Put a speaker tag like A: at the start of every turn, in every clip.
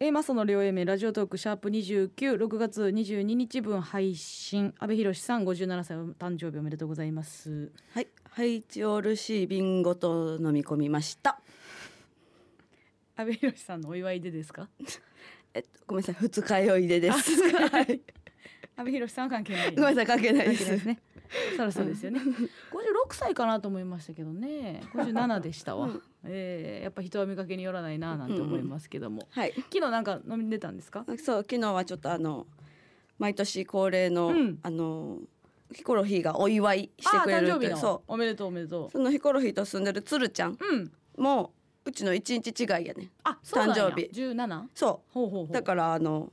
A: えー、マソの両 A 面ラジオトークシャープ29、6月22日分配信。安倍博さん57歳お誕生日おめでとうございます。
B: はい、ハイチオールシー瓶ごと飲み込みました。
A: 安倍博さんのお祝いでですか？
B: えっと、ごめんなさい、二日酔いでです。 はい、
A: 安倍博さんは関係ない。
B: ごめんなさい、関係ない
A: 関
B: で。
A: 係ないですすね。そろそうですよね。56歳かなと思いましたけどね。57でしたわ。えーやっぱ人は見かけによらないななんて思いますけども。
B: はい、
A: 昨日なんか飲んでたんですか？
B: そう、昨日はちょっとあの、毎年恒例の、
A: うん
B: あの。ヒコロヒーがお祝いしてくれる
A: あー誕
B: と
A: 生日
B: いう、
A: の
B: そ
A: おめでとうおめでと
B: う、そのヒコロヒーと住んでるつるちゃん
A: う。うん。
B: も、うちの一日違いやね。
A: あ、そうなんや
B: 誕生日
A: 17。
B: そ
A: ほうほうほ
B: う、
A: う。
B: だから、あの、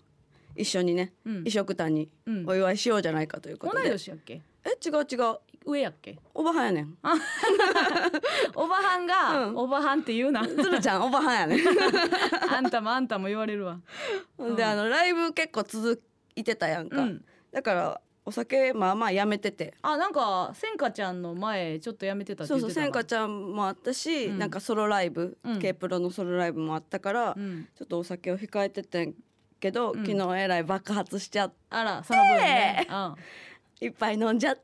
B: 一緒にね、
A: うん
B: 一緒くたに
A: うん
B: お祝いしようじゃないかということ
A: 同い
B: で。
A: 年やっけ？
B: え、違う違う、
A: 上やっけ？
B: おばはんやねん。
A: おばはんが、
B: うん
A: おばはんって言うな。
B: つるちゃん、おばはんやねん。
A: あんたもあんたも言われるわ。
B: であのライブ結構続いてたやんか、
A: うん
B: だからお酒まあまあやめてて
A: あ、なんかせんかちゃんの前ちょっとやめてたって
B: そ
A: 言っ
B: うそう
A: てた
B: せ
A: なん
B: かちゃんもあったし、
A: うん
B: なんかソロライブ、
A: うん
B: k プロのソロライブもあったから、
A: うん。
B: ちょっとお酒を控えててんけど、
A: うん
B: 昨日えらい爆発しちゃっ
A: あら、その分ね。うん。
B: いっぱい飲んじゃって、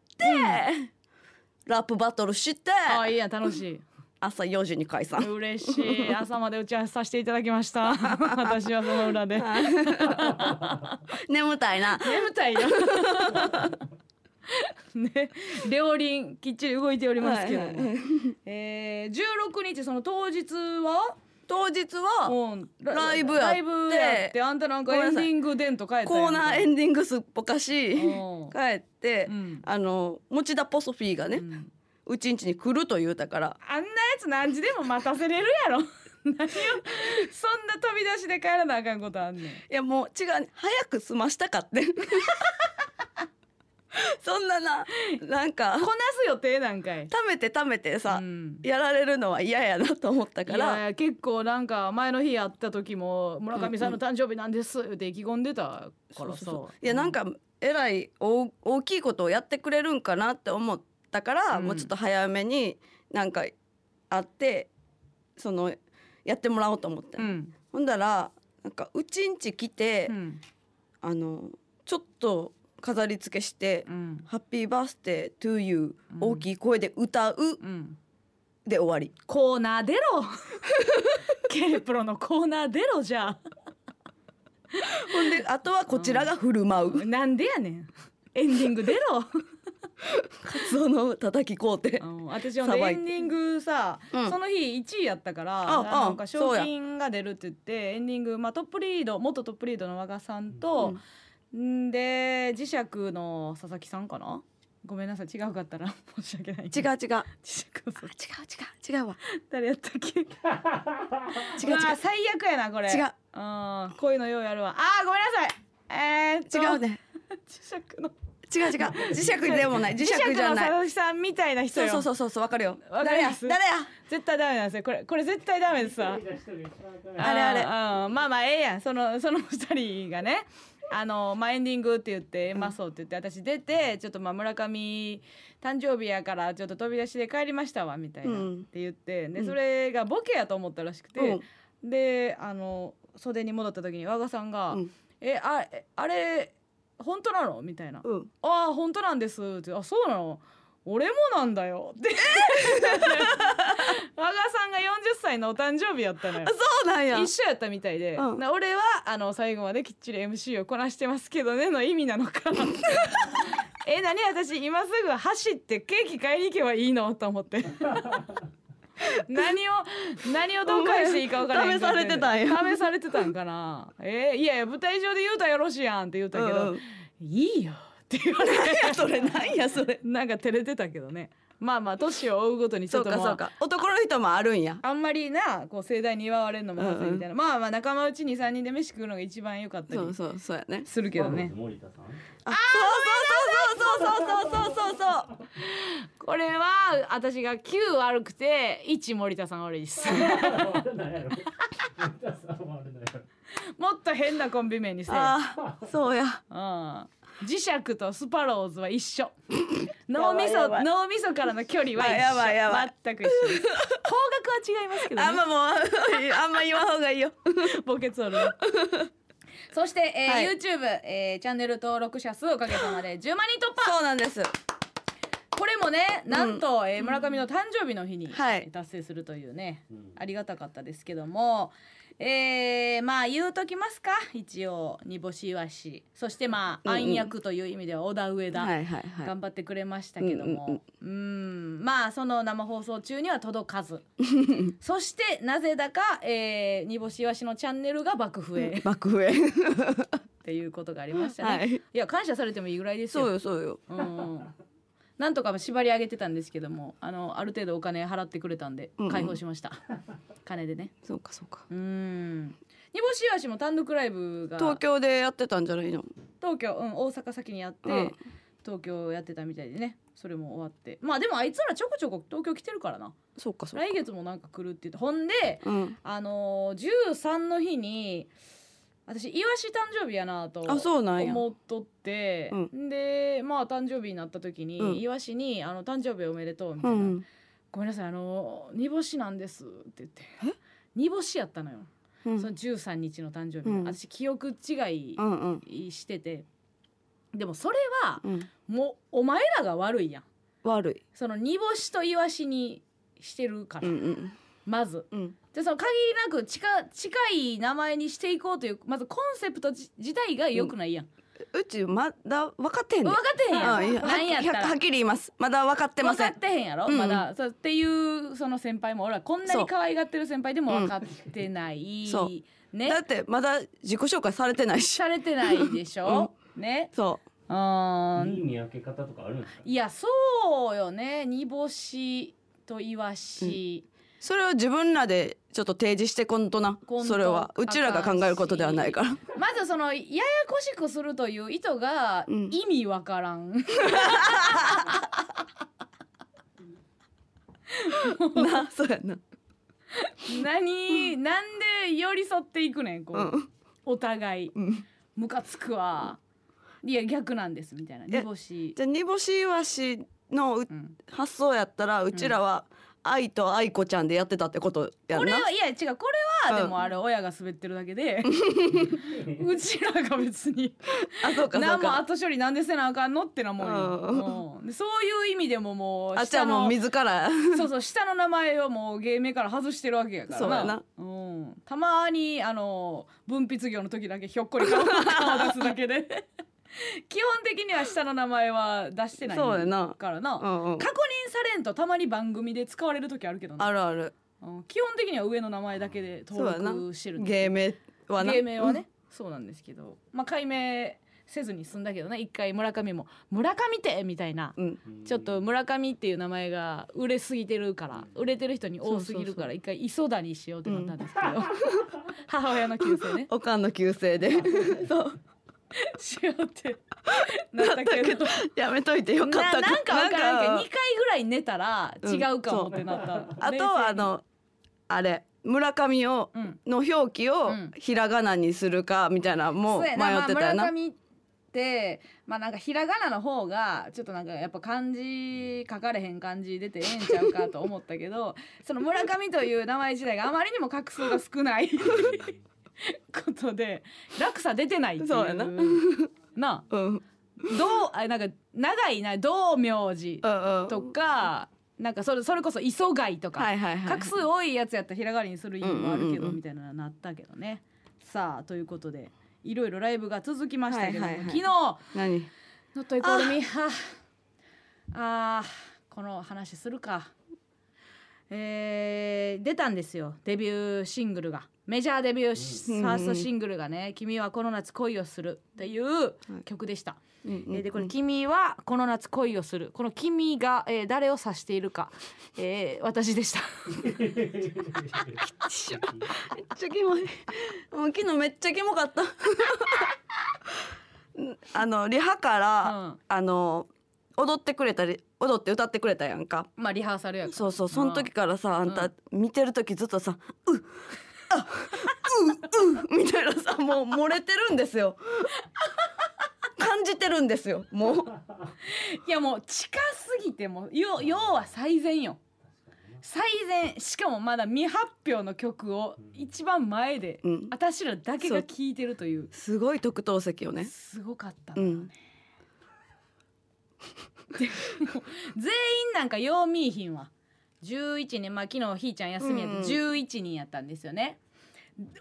B: ラップバトルして
A: ああいいやん楽 し
B: 朝4時に解
A: い
B: 散
A: 嬉しい朝まで打ち合わせさせていただきました 私はその裏で
B: 眠たいな
A: 眠たいよ ね両輪きっちり動いておりますけども、
B: はいはいはい
A: えー、16日その当日は
B: 当日は
A: もうラ
B: ライブやって
A: ライブやってあんたなんか
B: ごめ
A: エ
B: んな
A: ンデ
B: さい
A: ィングでんと帰った
B: コーナーエ
A: ン
B: ンディングすっぽかし帰
A: うん
B: って、
A: うん
B: あの持田ポソフィーがね、
A: ディング
B: うちんちに来ると言うたから
A: あんなやつ何時でも待たせれるやろ 何をそんな飛び出しで帰らなあかんことあんねん
B: いやもう違う早く済ましたかって そんなななんか
A: こなす予定なんかい
B: 貯めて貯めてさ、
A: うん
B: やられるのは嫌やなと思ったか
A: いや
B: ら
A: いや結構なんか前の日会った時も村上さんの誕生日なんですって意気込んでたからさ
B: いやなんかえらい大大きいことをやってくれるんかなって思ったから、
A: うん
B: もうちょっと早めになんか会ってそのやってもらおうと思って、
A: うん
B: ほんだらなんかうちんち来て、
A: うん
B: あのちょっと飾り付けして。
A: うん
B: ハッピーバースデートゥーユ
A: うん
B: ー大きい声で歌う
A: うん
B: で終わり。
A: コーナー出 ろ K プロのコーナー出ろじ ゃ
B: ほんであとはこちらが振る舞う。
A: あなんでやねんエンディング出ろ
B: その叩き工程
A: う。ん私ほんで
B: さば
A: エ
B: いて
A: ンディングさ、
B: うん
A: その日1位やったから
B: ああ
A: なんか賞
B: そうや
A: 金が出るって言ってエンディング、まあ、トップリード元トップリードの和賀さんと、んで磁石の佐々木さんかなごめんなさい違うかったら 申し訳ない
B: 違う違う。
A: 磁
B: あ違う
A: 石の佐々木
B: 違う違うわ。
A: 誰やったっけ違う
B: 違う違う
A: わ最悪やなこれ
B: 違う
A: あこういうのようやるわあーごめんなさいえー、っと
B: 違うね。
A: 磁石の
B: 違う違う。磁石でもない。磁石じゃ
A: の佐
B: ない。
A: 々木さんみたいな人
B: そう
A: よ
B: そうそうそうそうわかるよ。
A: わか
B: 誰
A: り
B: や
A: ます
B: 誰や。
A: 絶対ダメなんですよこれこれ絶対ダメですわ
B: あれあれ
A: うんまあまあええやんそのその2人がねあのまあエンディングって言って「まそう」って言って私出てちょっとまあ村上誕生日やからちょっと飛び出しで帰りましたわみたいな、
B: うん
A: って言ってで
B: うん
A: それがボケやと思ったらしくて、であの袖に戻った時に和賀さんが「
B: うん
A: えあえあれ本当なの?」みたいな
B: うんうん。
A: ああ本当なんですってあそうなの俺もなんだよ って和賀さんが40歳のお誕生日やったのよ
B: あそうなんや。
A: 一緒やったみたいで、
B: うん
A: な俺はあの最後まできっちり MC をこなしてますけどねの意味なのか え何私今すぐ走ってケーキ買いに行けばいいのと思って 何を何をどう返していいか分からない
B: 試されてたんや
A: 試されてたんかなえいやいや舞台上で言うたらよろしいやんって言ったけど、
B: うん うん
A: いいよ って言われて
B: 何やそれ何やそれ。
A: なんか照れてたけどねまあまあ年を追うごとにち
B: そ
A: ょっと
B: うか
A: もう
B: そうか。男の人もあるんや。
A: あんまりなこう盛大に祝われるのも恥ずいみたいな、まあまあ仲間うちに3人で飯食うのが一番良かったり
B: そうそうそうやね。
A: するけどね
C: 森田さん。
B: あそうそうそうそうそうそうそうそうそう。
A: これは私が9悪くて1森田さん悪いです
C: あれなんやろ森田さんはあれなんやろ
A: もっと変なコンビ名にせえ
B: ああそうや。
A: うん磁石とスパローズは一 緒脳みそ
B: やばいやばい
A: 脳みそからの距離は一緒
B: あやばいやばい
A: 全く一緒 です方角は違いますけどね
B: あんまもう あんま言わん方がいいよ
A: ボケツおるわ そして、えー
B: はい
A: YouTube、えーチャンネル登録者数おかげさまで10万人突破
B: そうなんです
A: これもねなんと、えー村上の誕生日の日に、
B: はい
A: 達成するというねありがたかったですけどもえー、まあ言うときますか一応煮干しわしそしてまあ
B: うんうん
A: 暗躍という意味では小田上田、
B: はいはいは
A: 頑張ってくれましたけども、うんまあその生放送中には届か ずそしてなぜだか、えー、煮干しわしのチャンネルが爆増え
B: い爆増え
A: っていうことがありましたね、、
B: はいい
A: や感謝されてもいいぐらいですよ
B: そうよそうよ
A: うんなんとか縛り上げてたんですけどもあのある程度お金払ってくれたんで
B: うんうん
A: 解放しました、金でね
B: そうかそうか
A: うん煮干しわしも単独ライブが
B: 東京でやってたんじゃないの
A: 東京うん、大阪先にやって、
B: うん
A: 東京やってたみたいでねそれも終わってまあでもあいつらちょこちょこ東京来てるからな
B: そうかそうか
A: 来月もなんか来るって言ってほんで
B: うん
A: あのー、13の日に私イワシ誕生日やなと
B: あそうなんや
A: 思っとって、でまあ誕生日になった時に、
B: うん
A: イワシにあの「誕生日おめでとう」みた
B: う
A: いな「
B: ん
A: ごめんなさいあの煮干しなんです」って言って煮干しやったのよ、
B: うんうん
A: その13日の誕生日、
B: うん
A: 私記憶違い
B: うんうん
A: してて、でもそれは
B: うん
A: もうお前らが悪いやん
B: 悪い
A: その煮干しとイワシにしてるから、
B: うんうん
A: まず。
B: うん
A: でその限りなく近近い名前にしていこうというまずコンセプトじ自体が良くないやん、
B: うちまだ分かってへんね
A: 分かってへん
B: あい
A: やんなんや
B: は
A: った
B: は
A: ら
B: っきり言いますまだ分かってま
A: 分
B: せ
A: かっ
B: ん
A: てへんやろ、
B: うん
A: まだそうっていうその先輩も俺はこんな
B: そ
A: に
B: う
A: 可愛がってる先輩でも分かってない、
B: そ
A: ね
B: だってまだ自己紹介されてな いし
A: されてないでしょ、ね
B: そう
A: ー
C: いい
A: ん
C: 見分け方とかあるんですか
A: いやそうよね煮干しとイワシ、
B: うそれを自分らでちょっと提示してこんとな
A: こんと
B: それはうちらが考えることではないから
A: まずそのややこしくするという意図が
B: うん
A: 意味わからん、
B: なそ うやな
A: 何、なんで寄り添っていくねんこう、
B: うん
A: お互い
B: うん
A: ムカつくわいや逆なんですみたいな煮干し
B: じゃあ煮干しイワシのう
A: うん
B: 発想やったらうちらは愛と愛子ちゃんでやってたってことや
A: こ
B: ん
A: れ
B: な
A: はいや違うこれは、
B: う
A: で
B: ん
A: もあれ親が滑ってるだけでうちらが別に
B: あそうかそ
A: 何
B: う
A: も
B: か
A: 後処理なんでせなあかんのってなもんよ
B: う、
A: うんでそういう意味でももう
B: あっちゃんもう
A: の
B: 自ら
A: そうそう下の名前をもう芸名から外してるわけやからな
B: そうやな
A: うん、たまにあの文筆業の時だけひょっこり顔顔出すだけで 基本的には下の名前は出してない
B: そうやな
A: からな、
B: うんうん
A: 確認されんとたまに番組で使われる時あるけどな、
B: あるある
A: うん基本的には上の名前だけで登録してるんで
B: 芸名はな
A: 芸名はね、そうなんですけどまあ解明せずに済んだけどね一回村上も「村上って!」みたいな、
B: うん
A: ちょっと村上っていう名前が売れすぎてるから売れてる人に多すぎるから一回磯田にしようってなったんですけど、 母親の旧姓ね
B: おかんの旧姓 で そう
A: しようってなったけど
B: やめといてよかっ
A: な
B: た
A: なんかわからんけど
B: な
A: 2回ぐらい寝たら
B: うん
A: 違うかもってなった、
B: あとはあのあれ村上を
A: 冷静に、うん、
B: の表記を
A: うん
B: ひらがなにするかみたいなもう
A: そうや
B: 迷っ
A: な、まあ、
B: てた
A: 村
B: よな。
A: 上ってまあなんかひらがなの方がちょっとなんかやっぱ漢字書かれへん漢字出てええんちゃうかと思ったけ どその村上という名前自体があまりにも画数が少 ないことで落差出てないっていう
B: そうやな
A: なあ
B: うん、うん
A: どうあなんか長いな道明寺
B: うん
A: とかなんかそれそれこそ磯貝とか、
B: はいはいはい。
A: 画数多いやつやったらひらがなにする意味もあるけ
B: うんうんうん
A: ど
B: うん
A: みたいなのなったけどね。さあということでいろいろライブが続きましたけども、
B: はいはいはい
A: 昨日「
B: 何？
A: ノットイコールミはああーこの話するか。えー出たんですよデビューシングルがメジャーデビューし、
B: うん
A: ファーストシングルがね「君はこの夏恋をする」っていう曲でした。
B: うんうん
A: えーでこれ「君はこの夏恋をする」この「君が」えー誰を指しているか、えー私でした。
B: めっちゃキモい。もう昨日めっちゃキモかった。うん あのリハから、
A: うん
B: あの踊ってくれたり踊って歌ってくれたやんか。
A: まあリハーサルやから
B: そうそうその時からさあんた見てる時ずっとさ「うっあううみたいなさもう漏れてるんですよ感じててるんですよもう
A: いやもう近すぎてもうよ要は最善よ最善しかもまだ未発表の曲を一番前で
B: うん
A: 私らだけが聴いてるという
B: すごい特等席をね
A: すごかったな、
B: うん
A: 全員なんかよう見いひんわ11人まあ昨日ひーちゃん休みやっ
B: うんうん
A: て11人やったんですよね、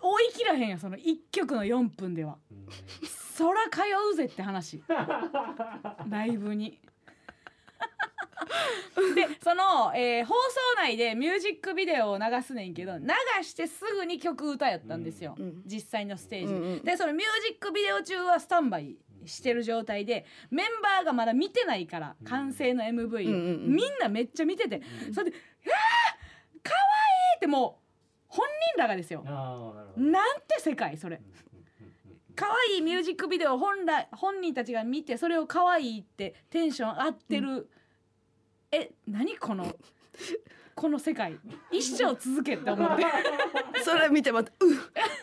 A: 追い切らへんやその1曲の4分ではそら通うぜって 話ライブに。でその、えー放送内でミュージックビデオを流すねんけど流してすぐに曲歌やったんですよ、
B: うん
A: 実際のステージで、
B: うんうん
A: でそのミュージックビデオ中はスタンバイしてる状態でメンバーがまだ見てないから完成の MV、
B: うんうんうん
A: みんなめっちゃ見てて、それで「あーかわいい!」ってもう本人らがですよ、
C: ああなるほど。
A: なんて世界それ可愛いミュージックビデオを本来本人たちが見てそれを可愛いってテンション上がってる、え何この この世界一生続けって思って
B: それ見てまた「うっ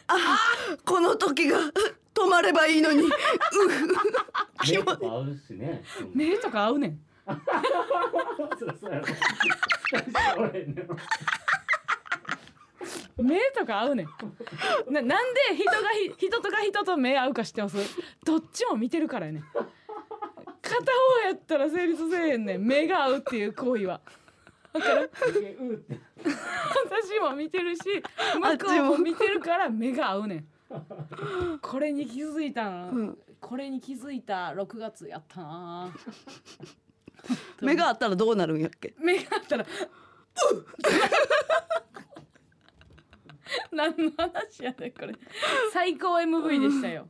B: あこの時が止まればいいのにうっ
C: 目とか合うしね。
A: 目とか合うねん
C: そ りゃそうやろ。大したことないね
A: 目とか合うねんななんで人がひ人とか人と目合うか知ってますどっちも見てるからやねん片方やったら成立せえへんねん目が合うっていう行為は
C: うって
A: 私も見てるし
B: あっ
A: 向
B: ち
A: こ
B: も
A: うも見てるから目が合う ねんこれに気づいたな、
B: うん
A: これに気づいた6月やったな
B: 目があったらどうなるんやっけ
A: 目が合ったら 「何の話やねんこれ最高 MV でしたよ